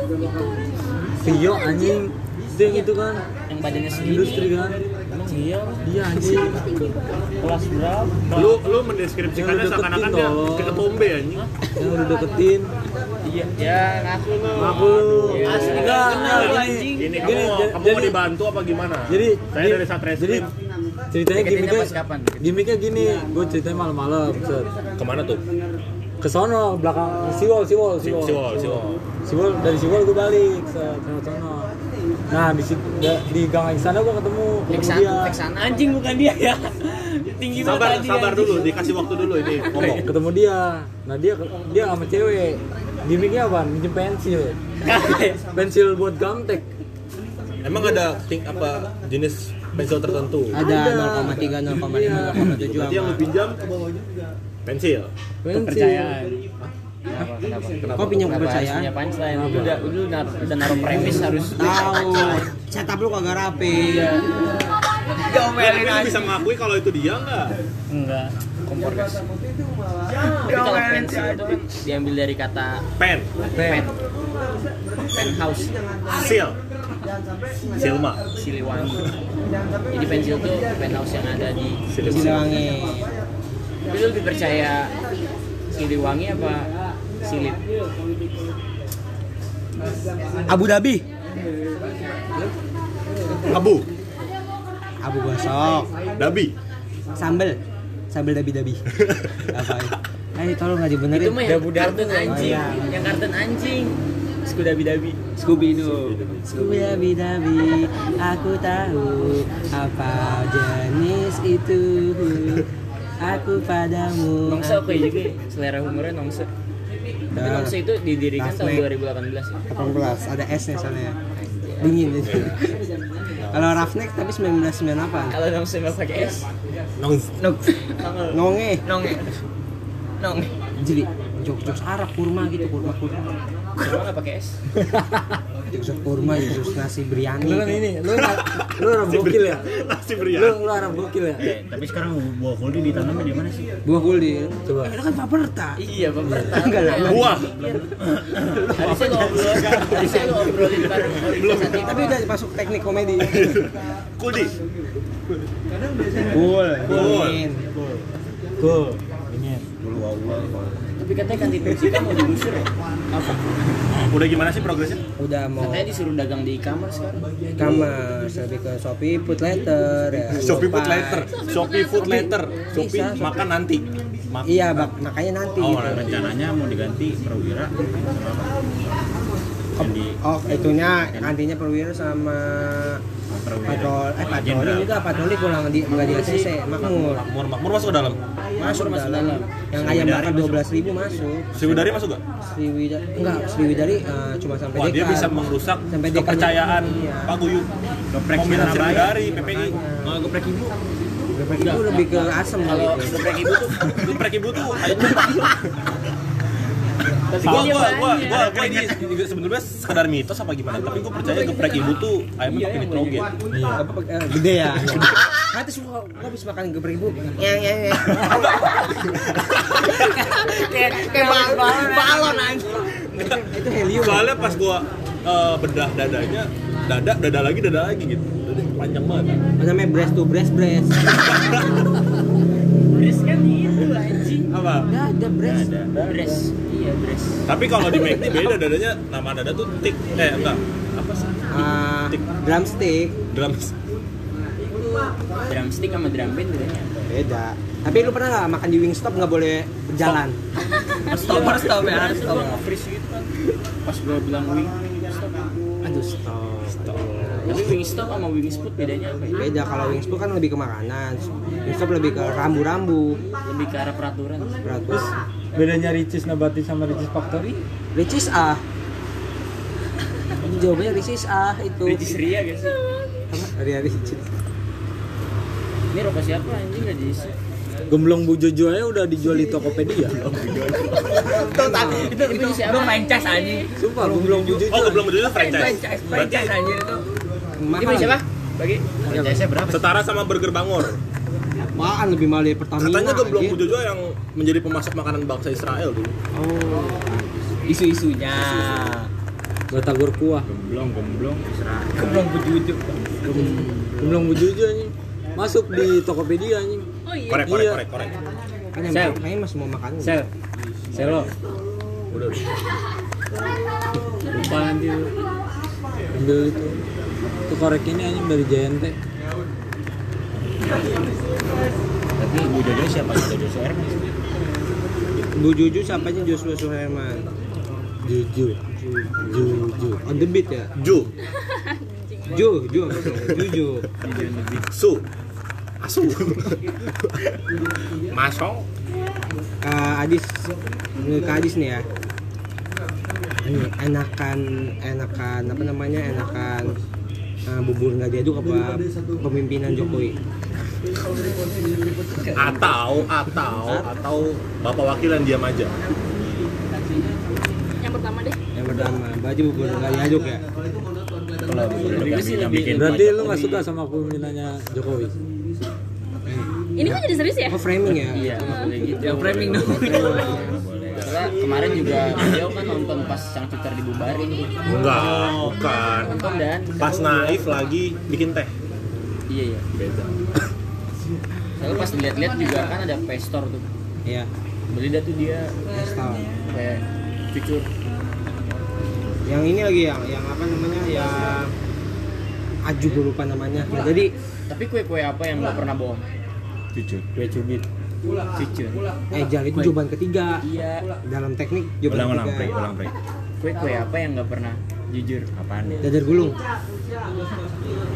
J: Vio anjing itu yang itu kan
E: yang badannya segini
J: industri kan
E: emang iya
J: dia anjing
E: kelas berapa
D: Lu lu mendeskripsikannya
J: Jangan
D: seakan-akan
J: deketin
D: dia
J: dong.
D: kayak ketombe anjing.
J: yang udah deketin
E: iya ya ngaku lu
J: aku
E: Asli
J: enggak
E: gak kenal lu
J: enggak
E: anjing.
D: Ini
J: gini
D: kamu
J: gini
D: mau,
J: ja-
D: kamu mau
J: jadi
D: dibantu apa gimana?
J: jadi
D: saya dari
J: jadi- jadi
D: Satreskrim.
J: ceritanya
E: Deketinnya
J: gimmicknya
E: pas kapan? Iya.
J: gimmicknya gini gue ceritanya malam-malam set
D: Kemana tuh?
J: ke sono belakang siwol siwol
D: Si
J: siwol
D: Siwol, Siwol.
J: siwol dari siwol gue balik set ke sono nah di situ da- di gang yang sana gue ketemu ketemu dia
C: Iya.
E: Teksan, teksan anjing bukan dia ya. Tinggi banget
D: Sabar,
E: anjing,
D: sabar
E: anjing.
D: dulu, dikasih waktu dulu ini ngomong.
J: ketemu dia nah dia dia sama cewek gimmicknya apa minjem pensil pensil buat gamtek
D: Emang ada think apa jenis pensil tertentu?
B: Ada
J: Ada.
B: 0,3, 0,5, 0,7
D: Berarti yang lu
B: sama.
D: pinjam pensil.
E: kepercayaan Kenapa? Kenapa? Kenapa?
B: Kok pinjam ya.
E: Kenapa
B: kepercayaan?
E: harus punya punchline? Lu udah lu udah nar- udah naruh premis harus
B: Tahu. Setup lu kagak rapi.
D: Tapi lu bisa mengakui kalau itu dia nggak?
E: enggak kompor gas. Tapi kalau pensil itu kan diambil dari kata
D: Pen,
E: pen. Penthouse
D: seal, silma.
E: Siliwangi. Jadi pensil itu penthouse yang ada di Iya.
B: Siliwangi.
E: Tapi lu lebih percaya Siliwangi apa Silit?
B: Abu Dhabi.
D: Abu,
B: Abu Gosok.
J: Oh.
D: Dabi.
B: Sambel. Sambel Dabi-Dabi. Ngapain? Eh, tolong nggak dibenerin.
E: Itu mah yang kartun
B: Oh,
E: anjing,
B: iya.
E: yang kartun anjing. Skuda bidabi.
B: Scooby Doo. Scooby Dabi, aku tahu apa jenis itu. Aku padamu.
E: Nongso oke juga ya, selera humornya Nongso. Tapi Nongso itu didirikan tahun
B: Rasnek.
E: 2018 ya.
B: 18, ada S-nya soalnya. Dingin. Kalau Roughneck tapi 1998.
E: Kalau Nongso nggak pakai S, ya?
D: Nong,
E: Nongol.
B: Nonge.
C: Nong. Nong.
B: Jadi jok-jok Arab kurma gitu, kurma-kurma.
E: Kenapa nggak pakai S?
B: Jok-jok kurma, jok nasi biryani.
J: lu kan ini lu lu orang gokil ya
D: nasi Iya.
J: lu
D: berian.
J: lu orang gokil ya
A: Eh, tapi sekarang buah kuldi ditanamnya di mana sih?
B: Buah kuldi.
J: coba
B: Itu kan paperta.
E: Iya, pemerintah.
B: Enggak lah.
D: Buah,
E: Harusnya lo obrol, harusnya lo obrolin bareng
D: Belum.
B: Tapi udah masuk teknik komedi.
D: kudi,
B: Cool.
D: Cool.
J: cool ini
E: Tapi katanya konstitusi kamu digusur ya? Apa?
D: Udah gimana sih progresnya?
B: Udah mau
E: Katanya disuruh dagang di e-commerce sekarang.
B: kamar lebih ke Shopee put letter ya.
D: Shopee food
B: Lupa.
D: letter, Shopee food letter, Shopee makan nanti. Makan.
B: Iya, bak makanya nanti.
A: Oh,
B: gitu.
A: rencananya mau diganti perwira. Jadi
B: Oh, itunya nantinya perwira sama
K: patroli eh patroli enggak patroli kurang di enggak di ACC makmur
D: Makmur, makmur masuk ke dalam.
K: masuk masuk dalam yang ayam bakar dua belas ribu masuk
D: Sriwidari masuk gak?
K: Sriwidari enggak Sriwidari eh, cuma sampai
D: Wah,
K: dekat
D: dia bisa merusak
K: Sampai dekat.
D: kepercayaan
K: Iya.
D: Pak Guyup.
A: Geprek
D: Pembinaan
A: Surabaya.
D: Sriwidari, PPI.
A: Kalau geprek ibu,
K: itu lebih ke asem
E: Kalau
K: gitu
E: geprek ibu tuh
D: Geprek ibu tuh ayam tumpah. Gua, gua, gua, gua, gua ini sebenarnya sekedar mitos apa gimana? Tapi gua percaya geprek ibu tuh ayam pakai nitrogen.
K: apa eh, gede ya nanti suka gua habis makan geprek ibu ya ya ya
C: Kayak kayak Iya, balon anjir.
B: itu helium
D: Soalnya pas gua eh, bedah dadanya, dada, dada lagi, dada lagi gitu. Jadi panjang banget.
B: namanya breast to breast breast
D: Apa?
B: nggak ada breast
E: dress. Iya, dress.
D: Tapi kalau di McD beda dadanya, nama dada tuh tik. Eh, enggak. Apa sih?
B: Ah, drumstick
D: Drums.
E: Drumstick sama drum band bedanya.
B: beda tapi lu pernah nggak makan di Wingstop nggak boleh jalan
C: Stop stop ya.
E: Terus gua nge-freeze gitu kan. Pas gua bilang wing stop.
B: aduh stop
E: Tapi wing stop sama wing spot bedanya apa ya?
B: beda kalau Wingstop kan lebih ke makanan Wingstop lebih ke rambu-rambu
E: Lebih ke arah peraturan.
B: beratus
J: bedanya Ricis Nabati sama Ricis Factory
B: Ricis ah jawabannya Ricis ah itu
E: Regis Ria ya, guys.
B: Apa? Ria Ricis
E: Ini rokok siapa anjing enggak diisi?
J: gemblong Bu Jojo aja udah dijual di Tokopedia
C: Itu itu lu main cas anjing.
J: sumpah gemblong Bu Jojo
D: Oh, belum berdua franchise.
C: Franchise,
D: Berarti
C: franchise anjir itu.
B: Mahal.
E: Ini siapa? Bagi
A: franchise berapa?
D: setara sama burger Bangor.
B: Makan lebih mahal dari Pertamina
D: Katanya gemblong
B: anjir.
D: Bujojo yang menjadi pemasok makanan bangsa Israel dulu.
B: oh
C: Isu-isunya.
J: batagor kuah
A: Gemblong, gemblong, Israel.
C: Keblong bujuk
J: gemblong Bu Jojo anjing masuk di Tokopedia anjing
F: Oh iya.
D: Korek, korek,
J: Iya.
D: korek, korek.
B: kan yang
E: Sel.
B: kayaknya masih mau makan
E: Sel. Selo.
D: Udah. udah.
E: Lupa nanti lu.
J: ambil itu itu korek ini anjing dari JNT
A: Tapi Bu Jojo siapa? Bu Jojo Suherman.
B: Bu Juju siapanya Joshua Suherman
J: Jojo Jojo
B: on the beat ya
D: Ju,
B: Ju Ju Juju
D: Su, Asu, Masong,
B: Kak Adis menurut Kak Adis nih ya ini enakan enakan apa namanya enakan eh, bubur nggak diaduk apa pemimpinan Jokowi
D: atau atau atau bapak wakil yang diam aja.
F: Yang pertama deh.
B: yang pertama baju bubur nggak diaduk ya
A: Kalau Bu Jojo yang bikin- yang bikin
J: berarti lu nggak suka sama pemimpinannya Jokowi
F: Ini kan jadi serius ya?
B: oh framing ya
E: Iya, nggak boleh gitu.
C: Yang framing dong.
E: Karena kemarin juga beliau kan nonton pas Sang Cipta dibubarin.
D: Enggak, bukan.
E: Nonton dan
D: Pas naif lagi bikin teh.
E: iya iya.
D: Beda.
E: Saya pas dilihat-lihat juga kan ada pestor tuh.
B: iya
E: Beli dah tuh dia
B: pesta
E: kayak cucur.
B: yang ini lagi yang yang apa namanya yang aju gue lupa namanya ya, jadi
E: Tapi kue-kue apa yang nggak pernah bohong?
A: Jujur.
E: Kue cubit. Cucur.
B: ejal itu jawaban eh, ketiga
E: Iya.
B: dalam teknik
A: Ulang,
B: jawaban
A: ulang, prek,
B: ketiga
A: ulang, prek.
E: Kue-kue apa yang nggak pernah jujur?
A: Apaan ya?
B: dadar gulung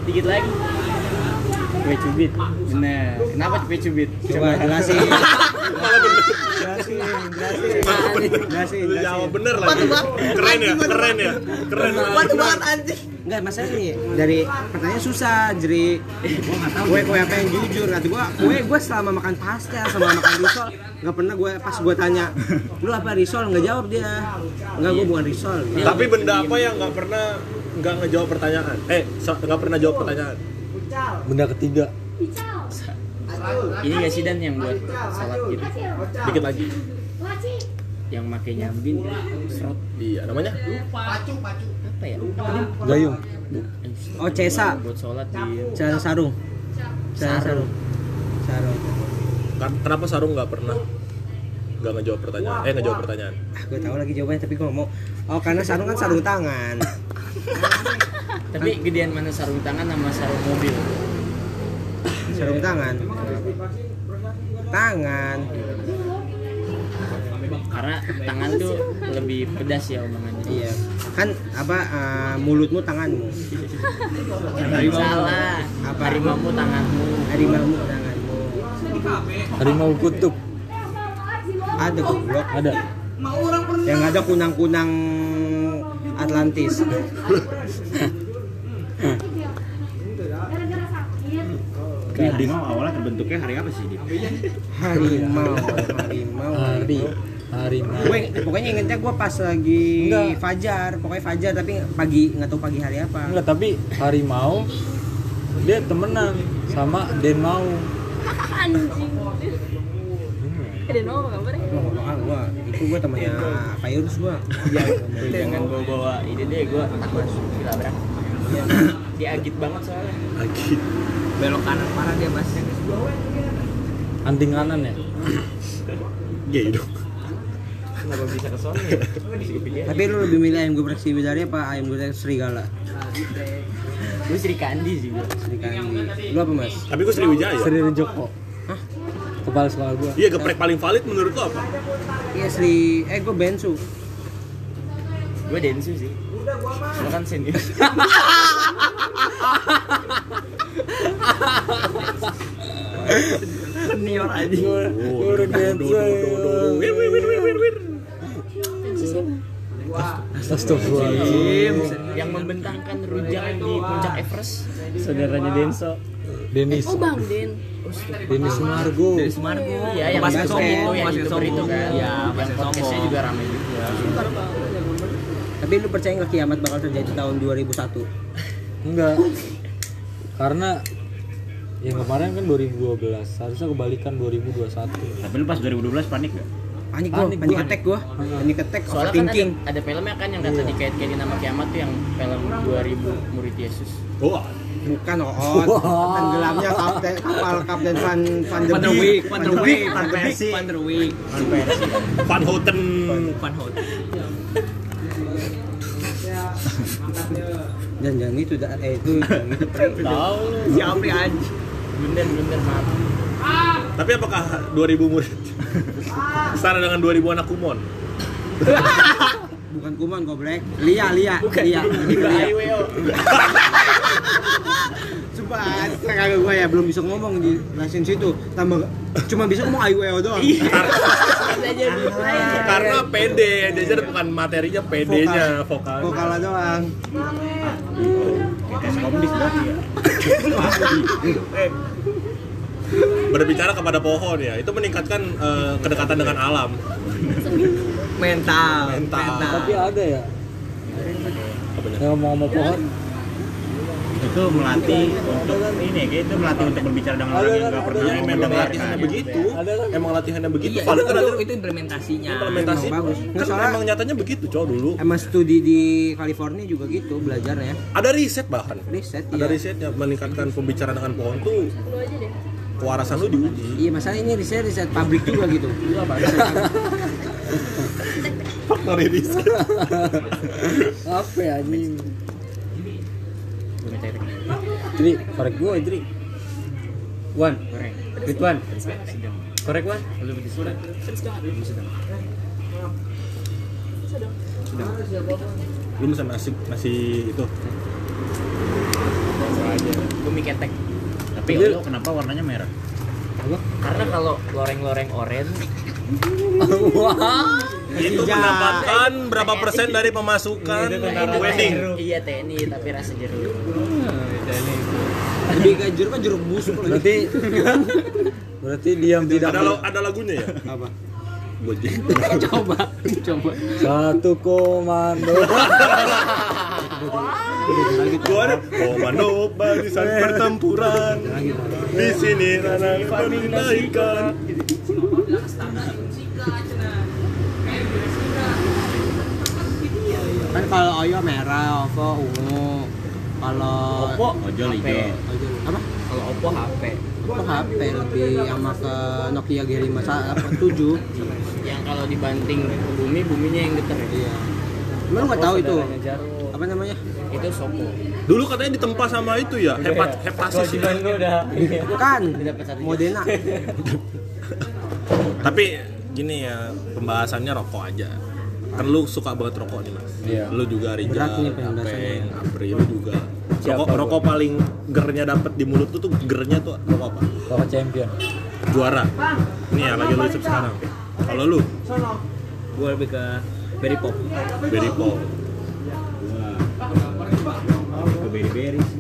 E: Dikit lagi. Kue cubit. Bener. Kenapa kue cubit?
B: coba jelasin
D: Malah bener,
B: jelasin
D: malah
B: jelasin
D: bener.
B: jelasin
D: Lu
B: jelasin
D: jawab bener lagi. Keren ya, keren ya, keren.
C: Waduh banget anjing.
B: Enggak, masalah nih dari pertanyaan susah, jadi gue kue apa yang jujur kata gue gue gue selama makan pasta selama makan risol nggak pernah gue pas gue tanya lu apa risol nggak jawab dia nggak gue bukan risol
D: Tapi benda apa yang nggak pernah nggak ngejawab pertanyaan? Eh, so- nggak pernah jawab pertanyaan.
J: benda ketiga
E: Ini gak sih Dan yang buat salad gitu?
D: Dikit lagi.
E: Yang pakai nyambin, serot
D: Iya, namanya?
E: apa ya?
J: gayung
B: oh cesa
E: Buat salad dia.
B: cara sarung cara sarung sarung
D: Kan- Kenapa sarung nggak pernah nggak ngejawab pertanyaan? Eh, ngejawab pertanyaan.
B: ah gue tahu lagi jawabannya tapi gue nggak mau oh karena sarung kan sarung tangan
E: Tapi gedean mana sarung tangan sama sarung mobil?
B: sarung tangan tangan
E: karena tangan tuh lebih pedas ya omongannya
B: Iya. Kan apa eh, mulutmu tanganmu.
E: Iya. salah
B: Apa?
E: harimau tanganmu
B: Harimaumu tanganmu.
J: Harimau kutub
B: Ada goblok.
J: ada.
B: Yang ada kunang-kunang Atlantis.
L: Ini harimau awalnya terbentuknya hari apa sih? Dit?
B: Harimau, harimau,
J: Hari
B: harimau.
J: harimau.
B: Gue pokoknya ingetnya gue pas lagi
J: Enggak.
B: fajar, pokoknya fajar tapi pagi nggak tahu pagi hari apa.
J: Enggak, tapi harimau dia temenan sama denmau.
F: Anjing. Ada nomor kabarnya?
B: Wah, ngomong ah, gua, itu gua temannya Pak Yunus gua. Iya,
E: jangan bawa bawa ide deh gue takut dilabrak Iya. diagit banget soalnya
C: belok kanan parah dia mas
J: Anting kanan ya.
D: Gay Iya, dong.
E: kenapa bisa ke sono ya masih kepikiran
B: Tapi lu lebih milih ayam geprek bidari apa ayam geprek serigala?
E: gue Sri Kandi sih gue
B: Serikandi. Lu apa mas?
D: Tapi gue Sriwijaya.
J: Sri Joko. Kepala sekolah gua.
D: Iya, geprek paling valid menurut lo apa?
B: Iya Sri, eh gua Bensu.
E: gue Densu sih lo kan senior
C: senior anjing
J: Urut
D: Wir, wir, wir, wir, wir, wir.
J: Astagfirullahaladzim.
E: yang membentangkan rujak di puncak Everest saudaranya Denso
J: Denis.
F: Oh Bang Den.
J: Denis Margo.
C: Margo
E: Iya, yang
C: masih
B: basket,
E: itu itu,
C: sombong
E: yang
C: masih
E: youtuber itu
C: sombong
E: kan.
C: iya
E: yang
C: masih
E: podcastnya
C: sombong
E: juga rame juga.
B: Tapi lu percaya nggak kiamat bakal terjadi tahun 2001?
J: Enggak. Karena yang kemarin kan 2012, harusnya kebalikan 2021.
L: Tapi lu pas 2012 panik gak?
B: Panik gua,
J: Panik
B: panik,
J: gua.
B: attack gua, panik attack,
E: Soalnya kan ada,
B: overthinking.
E: ada filmnya kan yang kata
C: Iya.
E: dikait-kaitin sama kiamat tuh yang film 2000 Murid Yesus.
D: Wah,
B: Bukan oot, tenggelamnya kapten kapal kapten Van Van de
C: Wonder Week,
B: Beek,
C: Wonder
B: Van de
C: Week,
B: Beek, Van de Beek.
C: Wonder Week,
D: Van Houten.
C: Van Hout.
B: Dan jangan itu, da- eh itu jangan itu Pri.
E: Tahu lu.
C: Si Apri
B: ya,
C: anjing.
E: Bener bener maaf.
D: Tapi apakah 2000 murid? Setara dengan 2000 anak kumon.
B: bukan kuman goblok. Lia, Lia, Lia.
E: Ibu Aiweo.
B: Coba kagak gua ya belum bisa ngomong di lasin situ. Tambah cuma bisa ngomong IWO doang.
D: Iya, Karena pede, dia jadi bukan materinya, pedenya, vokal.
B: Vokal doang.
L: Kayak tes komdis berarti ya.
D: Eh. Berbicara kepada pohon ya, itu meningkatkan eh, kedekatan dengan alam.
C: mental
D: Mental.
J: Tapi ada ya
D: Apa ya?
J: yang ngomong sama pohon.
L: Itu melatih untuk ini, kayak itu melatih untuk berbicara dengan orang yang gak pernah
E: Nah,
L: gitu. mau
D: Ya, emang
L: mendengarkan.
D: latihannya begitu.
J: Ada kan?
D: Emang latihannya begitu.
C: Iya,
D: Padahal
C: itu, ya,
D: kan ada
C: itu, itu implementasinya.
D: implementasi.
B: Emang bagus.
D: Kan
B: Nggak, soalnya-
D: emang nyatanya begitu, cowok dulu.
B: Emang studi di California juga gitu belajarnya.
D: Ada riset bahkan.
B: Riset
D: Ada
B: iya.
D: risetnya meningkatkan pembicaraan dengan pohon tuh
F: Lu aja deh.
D: kewarasan lu diuji.
B: Iya, masalah ini riset riset pabrik juga gitu.
D: Faktor riset.
J: Apa ya anjing? Jadi, korek gua, jadi. Wan, korek. Wan. Korek Wan.
D: Lu masih masih masih itu.
E: Gumi ketek.
L: Tapi
D: Iya.
L: lu kenapa warnanya merah?
E: Karena kalau loreng-loreng oren
D: Itu mendapatkan berapa persen dari pemasukan wedding?
E: Iya TNI tapi rasa jeruk.
B: Lebih ke jeruk kan jeruk busuk lagi.
J: Berarti berarti diam tidak
D: Ada lo- ada lagunya ya?
B: Apa?
D: Gojek.
J: satu komando.
D: Gua ada komando barisan pertempuran. Di sini ranah pendidikan.
B: Kan kalau oyo merah, ovo ungu. Kalau
E: Oppo
L: Ojol
E: HP.
L: hijau.
B: apa?
E: Kalau Oppo HP.
B: Apa HP lebih sama ke Nokia G5 apa 7.
E: Yang kalau dibanting ke bumi, buminya yang geter.
B: Iya. Emang lu nggak tahu itu
E: Saudaranya Jarwo.
B: apa namanya?
E: Itu Sopo.
D: Dulu katanya ditempa sama itu ya, hepat hepatitis ya.
E: udah.
B: Kan. Bukan.
E: Dapat satu
B: Modena.
D: Tapi gini ya pembahasannya rokok aja kan lu suka banget rokok nih mas
J: Iya.
D: lu juga Rijal
B: Berat nih pembahasannya.
D: Apeng Apri lu juga
J: Siap,
D: rokok
J: Pak.
D: rokok paling gernya dapet di mulut lu tuh gernya tuh rokok apa
J: Bawa champion.
D: juara ini ya lagi lu isep sekarang kalau lu
E: Gue lebih ke Berry Pop.
D: Berry Pop
A: Ke beri-beri sih.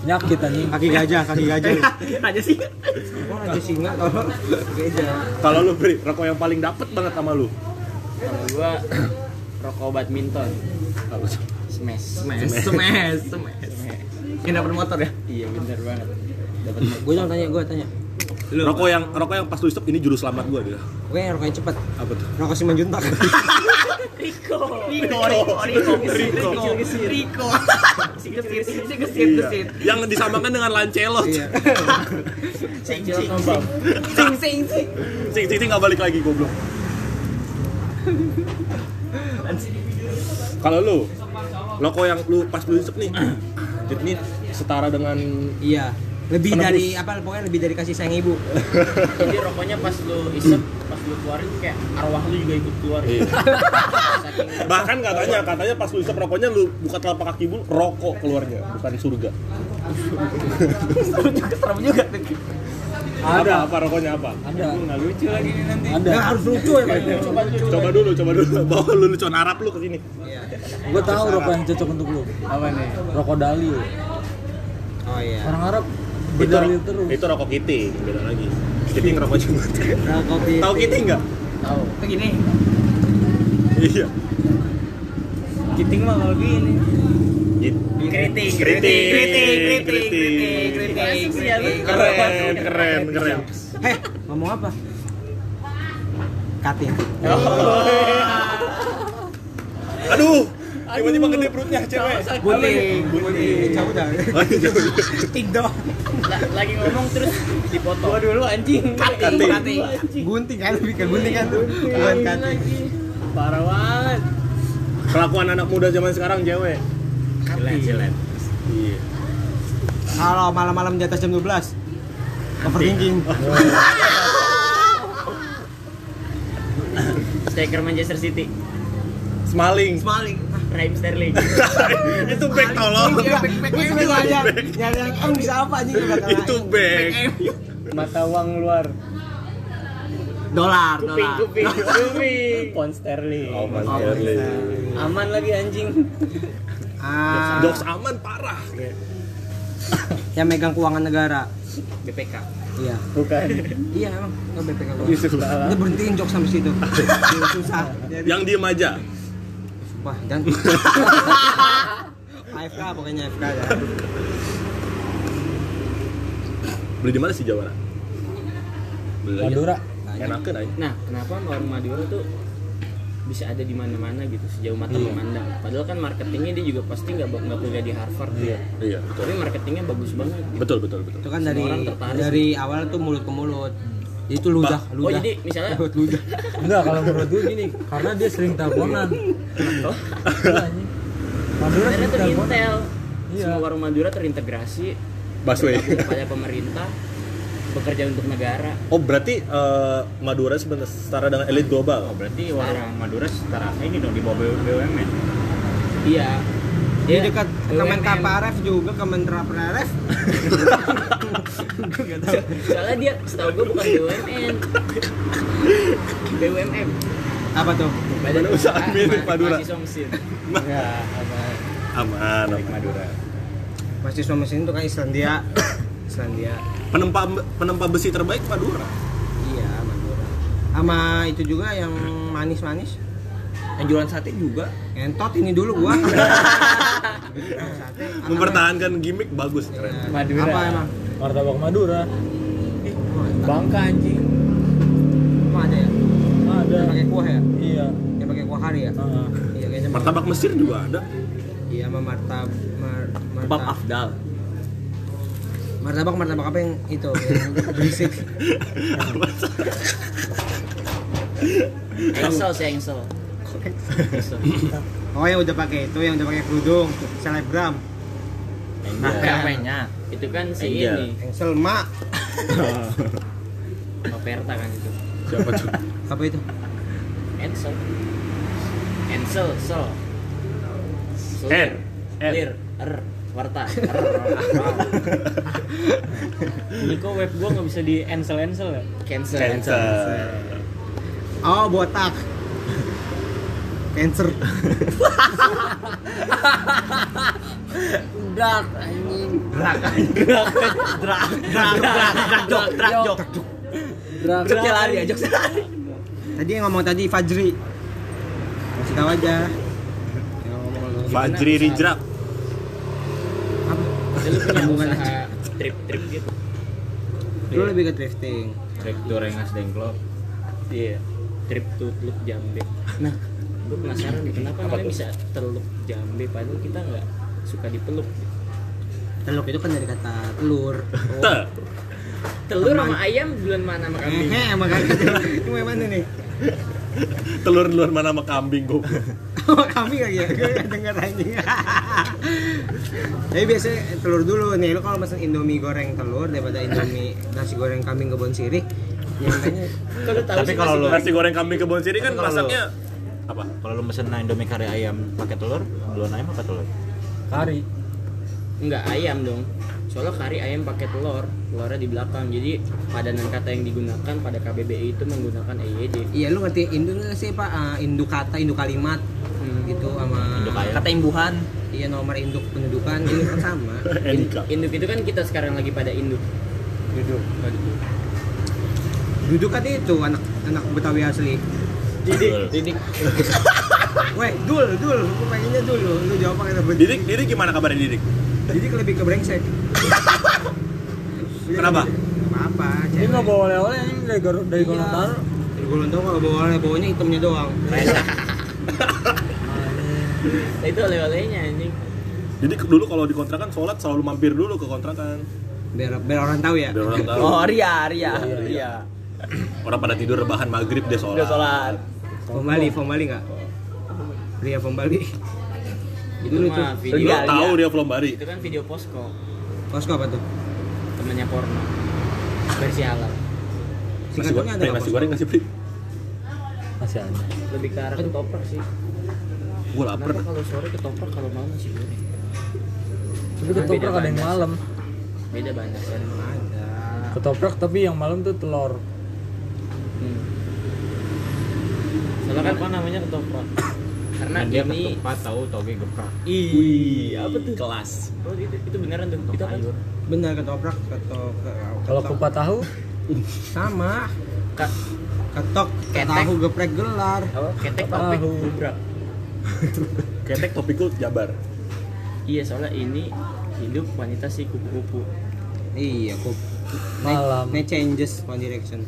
J: Nyakit anjing.
B: Kaki gajah, kaki gajah.
E: Aja sih.
B: Wah, aja singa kalau gajah.
D: kalau lu beri rokok yang paling dapet banget sama lu
E: Kalau gue rokok badminton.
D: Apa tuh?
E: Smash.
C: Smash, smash, smash. Yang dapat motor ya?
E: Iya bener banget.
B: Gue jangan tanya, gue tanya.
D: rokok yang rokok yang pas lu isep ini juru selamat gua dia
B: Oke, rokoknya cepet.
D: apa tuh
B: Rokok Simanjuntak.
C: Rico, Rico, Rico, Rico, Rico. Si gesit, si gesit, gesit.
D: yang disamakan dengan lancelot
C: Sing, sing,
E: Iya.
C: sing. Sing, sing, sing.
D: sing sing sing nggak balik lagi goblok kalau lu rokok yang lu pas lu isep nih ini setara dengan
B: Iya. Lebih
D: Penebus.
B: dari apa pokoknya lebih dari kasih sayang ibu.
E: Jadi rokoknya pas lu isep, pas lu keluarin kayak arwah lu juga ikut keluar.
D: Iya. bahkan katanya katanya pas lu isep rokoknya lu buka telapak kaki lu rokok keluarnya bukan surga
C: Serem juga.
D: apa apa rokoknya apa
J: Ada.
E: Nggak lucu lagi nih nanti.
J: Ada.
B: Nggak harus lucu ya, Pak.
D: coba dulu coba dulu bawa lu lucu Arab lu kesini
J: Gue tahu rokok yang cocok untuk lu.
E: Apa nih?
J: Rokok dalil.
B: Oh iya.
J: Orang Arab
D: itu
J: berdalil
D: ro-
J: terus.
D: itu rokok kiting beda lagi kiting rokok juga
B: Rokok
D: tahu kiting nggak
E: Tahu.
C: Begini.
D: iya
E: Kiting mah kalau gini.
D: Git-
E: Keriting.
D: Keriting.
C: Kritik, kritik, kritik, kritik, kritik.
D: keren keren keren
B: Heh, ngomong apa? Katin.
D: Oh. aduh tiba-tiba gede perutnya cewek
C: Gunting, gunting.
B: Cabut dah.
D: Oh, iya, jauh.
E: La- lagi ngomong terus dipotong. Waduh lu anjing.
C: Kating, kating.
B: Gunting kan, lebih ke gunting kan tuh. Bukan katin.
E: Parah banget.
D: kelakuan anak muda zaman sekarang cewek
E: Jelek, jelek.
D: iya
B: Halo, malam-malam di atas jam 12. Overthinking.
E: Striker Manchester City.
D: smaling
C: Maling.
E: Raheem Sterling.
D: itu Iya, back tolong
B: Itu aja. Nyari yang em bisa apa aja gitu
D: itu back
E: Mata uang luar.
B: dolar,
E: Kuping,
B: dolar.
E: kuping, kuping. Pound Sterling.
D: oh mas Sterling
E: Aman lagi anjing.
B: Ah,
D: Dogs aman parah
B: yang megang keuangan negara.
E: BPK.
B: Iya.
E: Bukan.
B: Iya, emang. Enggak BPK gua.
E: Yusuf Kala.
B: Dia berhentiin jok sampai situ. Susah. Jadi,
D: yang diem aja
B: wah, dan AFK pokoknya AFK ya.
D: beli di mana sih Jawa Nak? beli aja.
J: Madura.
D: enakan aja
E: Nah, kenapa orang Madura tuh bisa ada di mana-mana gitu sejauh mata
J: Iya.
E: memandang. Padahal kan marketingnya dia juga pasti nggak nggak kuliah di Harvard dia.
D: iya betul
E: Tapi marketingnya bagus banget. gitu.
D: betul betul betul
B: Itu kan
E: Semua
B: dari
E: orang tertarik.
B: dari awal tuh mulut ke mulut. Itu ludah,
D: Bah-
B: ludah.
E: Oh jadi misalnya
B: Lewat ludah.
J: Enggak kalau menurut gue gini, karena dia sering teleponan. Iya, anjing. Madura
E: Madura
J: sering teleponan.
E: terintel.
J: Iya.
E: Semua warung Madura terintegrasi
D: Busway
E: bergabung kepada pemerintah bekerja untuk negara.
D: oh berarti eh, Madura sebenarnya setara dengan elit global
A: Berarti warung Madura setara ini dong di bawah BUMN.
E: Iya.
B: Di dekat
E: BUMN.
B: Kemenparekraf juga Kemenparekraf.
E: Soalnya dia setahu gue bukan BUMN. BUMM.
B: Apa tuh?
E: Badan
D: Usaha Milik Madura.
E: Masih somsin.
D: aman aman.
A: Madura.
B: Pasti suami sini tuh kan Islandia. Islandia.
D: penempa penempa besi terbaik Madura
B: Iya, Madura. Sama itu juga yang manis-manis. Yang jualan sate juga. Entot ini dulu gua. Sate.
D: mempertahankan gimmick bagus keren
E: Madura.
B: Apa emang?
J: Martabak Madura.
E: Bangka anjing.
B: Emang ada ya?
J: Ada.
B: Yang pakai kuah ya?
J: Iya.
B: Yang pakai kuah hari ya?
J: Ah.
B: Iya kayaknya.
D: martabak Mesir juga ada
B: Iya, sama martab mar,
C: Bab
B: martab
C: Afdal.
B: martabak martabak apa yang itu yang berisik
D: Apa sih?
E: Engsel sih engsel. Engsel.
B: oh yang udah pakai itu yang udah pakai kerudung selebgram
C: Nah, apa-apanya.
E: Iya. Itu kan si
D: Angel.
E: ini.
B: engsel mak
E: Operta kan itu.
D: Siapa tuh?
K: Apa itu?
E: Ansel. Ansel, Sel. Sel.
D: N. N.
E: Lir, R, Warta. R. Ini kok web gua nggak bisa di Ansel Ansel ya? Cancel.
D: Cancer.
B: Oh, botak. Cancer. Dark anjing.
C: Drak, drak, drak, jok, drak, jok.
B: Dark.
C: Jok dia lari, jok dia lari.
B: Tadi yang ngomong tadi Fajri. Kasih tahu aja.
D: Fajri Rijrak.
E: Jadi lu punya usaha trip-trip gitu.
B: Lu lebih ke drifting.
E: Trip to Rengas Dengklok. Iya. Trip to Teluk Jambe.
B: Nah.
E: Gue penasaran nih kenapa kalian bisa Teluk Jambe padahal kita nggak suka dipeluk.
B: Teluk itu kan dari kata telur.
D: Te.
E: Telur sama ayam bulan mana sama kambing?
B: Hehe, makanya eh, itu memang nih.
D: Telur telur mana sama kambing gue.
B: Oh, kami lagi ya, gue nggak denger anjing. Tapi biasanya telur dulu nih, lu kalau pesen Indomie goreng telur daripada Indomie nasi goreng kambing kebon sirih, yang kayaknya
E: Kok lu tahu
A: Tapi
E: sih
A: kalau
E: nasi
A: lu-
E: goreng?
D: Nasi goreng kambing kebon siri kan
A: Tapi kalau lu-
D: masaknya apa?
A: Kalau lu mesen Indomie kari ayam pakai telur, belum ayam apa telur?
J: Kari.
E: Enggak ayam dong. Soalnya kari ayam pakai telur, telurnya di belakang. Jadi padanan kata yang digunakan pada KBBI itu menggunakan E EYD.
B: iya lu ngerti Indo nggak sih pak? Ah, Indo kata, Indo kalimat
E: Hmm.
B: gitu sama
A: Induk ayam.
C: Kata imbuhan.
B: iya nomor induk pendudukan itu kan sama.
D: Enika.
E: Induk itu kan kita sekarang lagi pada induk.
B: Duduk. Duduk kan itu anak anak Betawi asli.
A: Didik,
E: didik.
B: Weh, dul, dul, gue pengennya dul, lu, lu jawab pakai telur.
D: Didik, Didik gimana kabarnya Didik?
B: Jadi lebih ke brengsek.
D: Kenapa?
B: Apa-apa.
J: Ini
B: cewek. Iya.
J: nggak bawa oleh-oleh ini dari Gor- dari Gorontalo.
B: Dari Gorontalo kalau bawa oleh bawanya hitamnya doang.
E: Nah, itu oleh-olehnya anjing.
D: Didik dulu kalau di kontrakan sholat selalu mampir dulu ke kontrakan.
B: Biar biar orang tahu ya.
D: Biar orang tahu.
C: Oh, Ria,
J: Iya,
C: Iya. Ria, Ria.
D: Orang pada tidur rebahan maghrib dia sholat.
C: Udah sholat.
B: Pom Bali, Pom Bali enggak? Ria Pom Bali.
E: Itu
B: Dulu
E: mah
B: tuh.
D: Lu
E: video.
C: Iya,
D: tahu
C: iya.
D: dia belum bari.
E: Itu kan video posko,
B: Posko apa tuh?
E: temennya porno. Versi halal.
D: Nasi goreng,
B: Singkatannya ada
D: Pri,
B: nggak
D: nasi
B: posko?
D: goreng ngasih pri.
J: Masih ada.
E: Lebih ke arah ketoprak sih.
D: Gue lapar.
E: Kenapa kalau sore ketoprak kalau malam nasi goreng?
J: Tapi ketoprak ada
B: kan?
J: yang malam.
E: Beda banyak kan.
J: Ketoprak tapi yang malam tuh telur.
E: Hmm. Soalnya kan apa namanya ketoprak? Karena
A: Nah, dia
E: ini
A: ketupat tahu toge geprak.
E: Ih, apa tuh?
A: Kelas.
E: Oh, itu, itu beneran tuh. Itu kan
A: Sayur.
B: Benar ketoprak, ketok, ketok.
J: Kalau kupat tahu,
B: sama
E: Ka-
B: ketok,
E: Ketek.
B: tahu geprek gelar.
E: apa? Ketek
J: Tahu.
E: topik gebrak.
D: Ketek topik gue jabar.
E: Iya, soalnya ini hidup wanita si kupu-kupu.
B: Iya, kup. Ne-
J: Malam.
B: Ne changes one direction.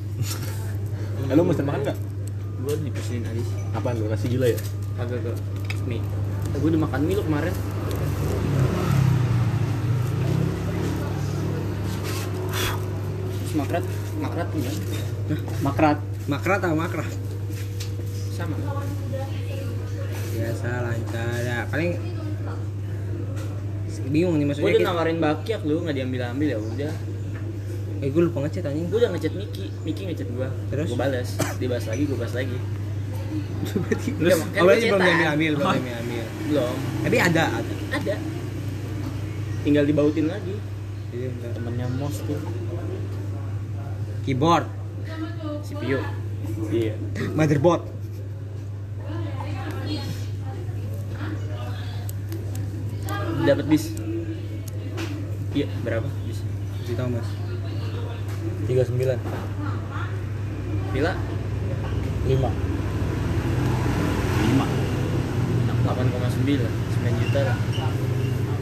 D: Eh, lu mesen makan nggak?
E: Gue dipesenin Alis.
D: Apaan lu? Nasi gila ya?
E: Kagak gak mie. Gue udah makan mie lo kemarin. Terus makrat, makrat enggak?
B: Makrat. Makrat atau makrat?
E: Sama.
B: Biasa lancar. Ya, paling bingung nih
E: Gue
B: maksudnya.
E: udah
B: kita-
E: nawarin bakyak lu nggak diambil-ambil ya udah.
B: Eh, gue lupa ngechat anjing.
E: Gue udah ngechat Miki, Miki ngechat gue.
B: Terus?
E: Gue balas, dibahas lagi, gue balas lagi.
B: Terus,
E: Udah,
B: oh, berarti
E: kan
B: belum
E: cetak.
B: diambil ambil, belum diambil ambil.
E: Belum.
B: Tapi ada, ada.
E: ada tinggal dibautin lagi
B: Jadi, bentar.
E: temennya mos tuh
B: Keyboard,
E: si Pio iya
B: motherboard.
E: dapat bis iya berapa bis
B: Di Thomas.
J: 39.
E: Mila
J: 5.
E: 8,9 9 juta lah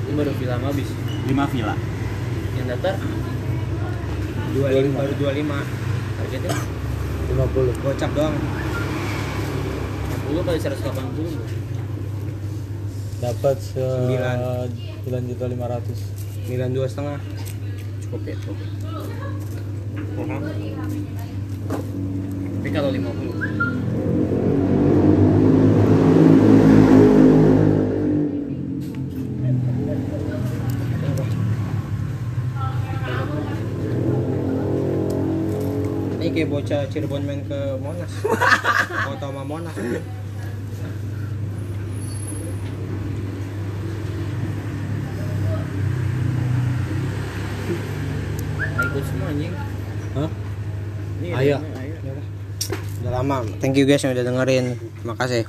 E: itu baru Villa sama bis
A: 5 villa.
E: yang datar
B: 25 baru 25.
E: targetnya
J: 50.
B: Gocap doang.
E: 10 kali 180 Bu.
J: Dapat se
B: Sembilan.
J: 9 juta 500.
B: 92 setengah.
E: cukup ya cukup tapi kalau 50
B: Eh, Ini kayak bocah Cirebon main ke Monas. Foto sama Monas.
E: Nah, ikut semua anjing.
M: Hah?
E: Ini
M: Ayo.
E: ini,
B: Udah lama. Thank you guys yang udah dengerin. Makasih.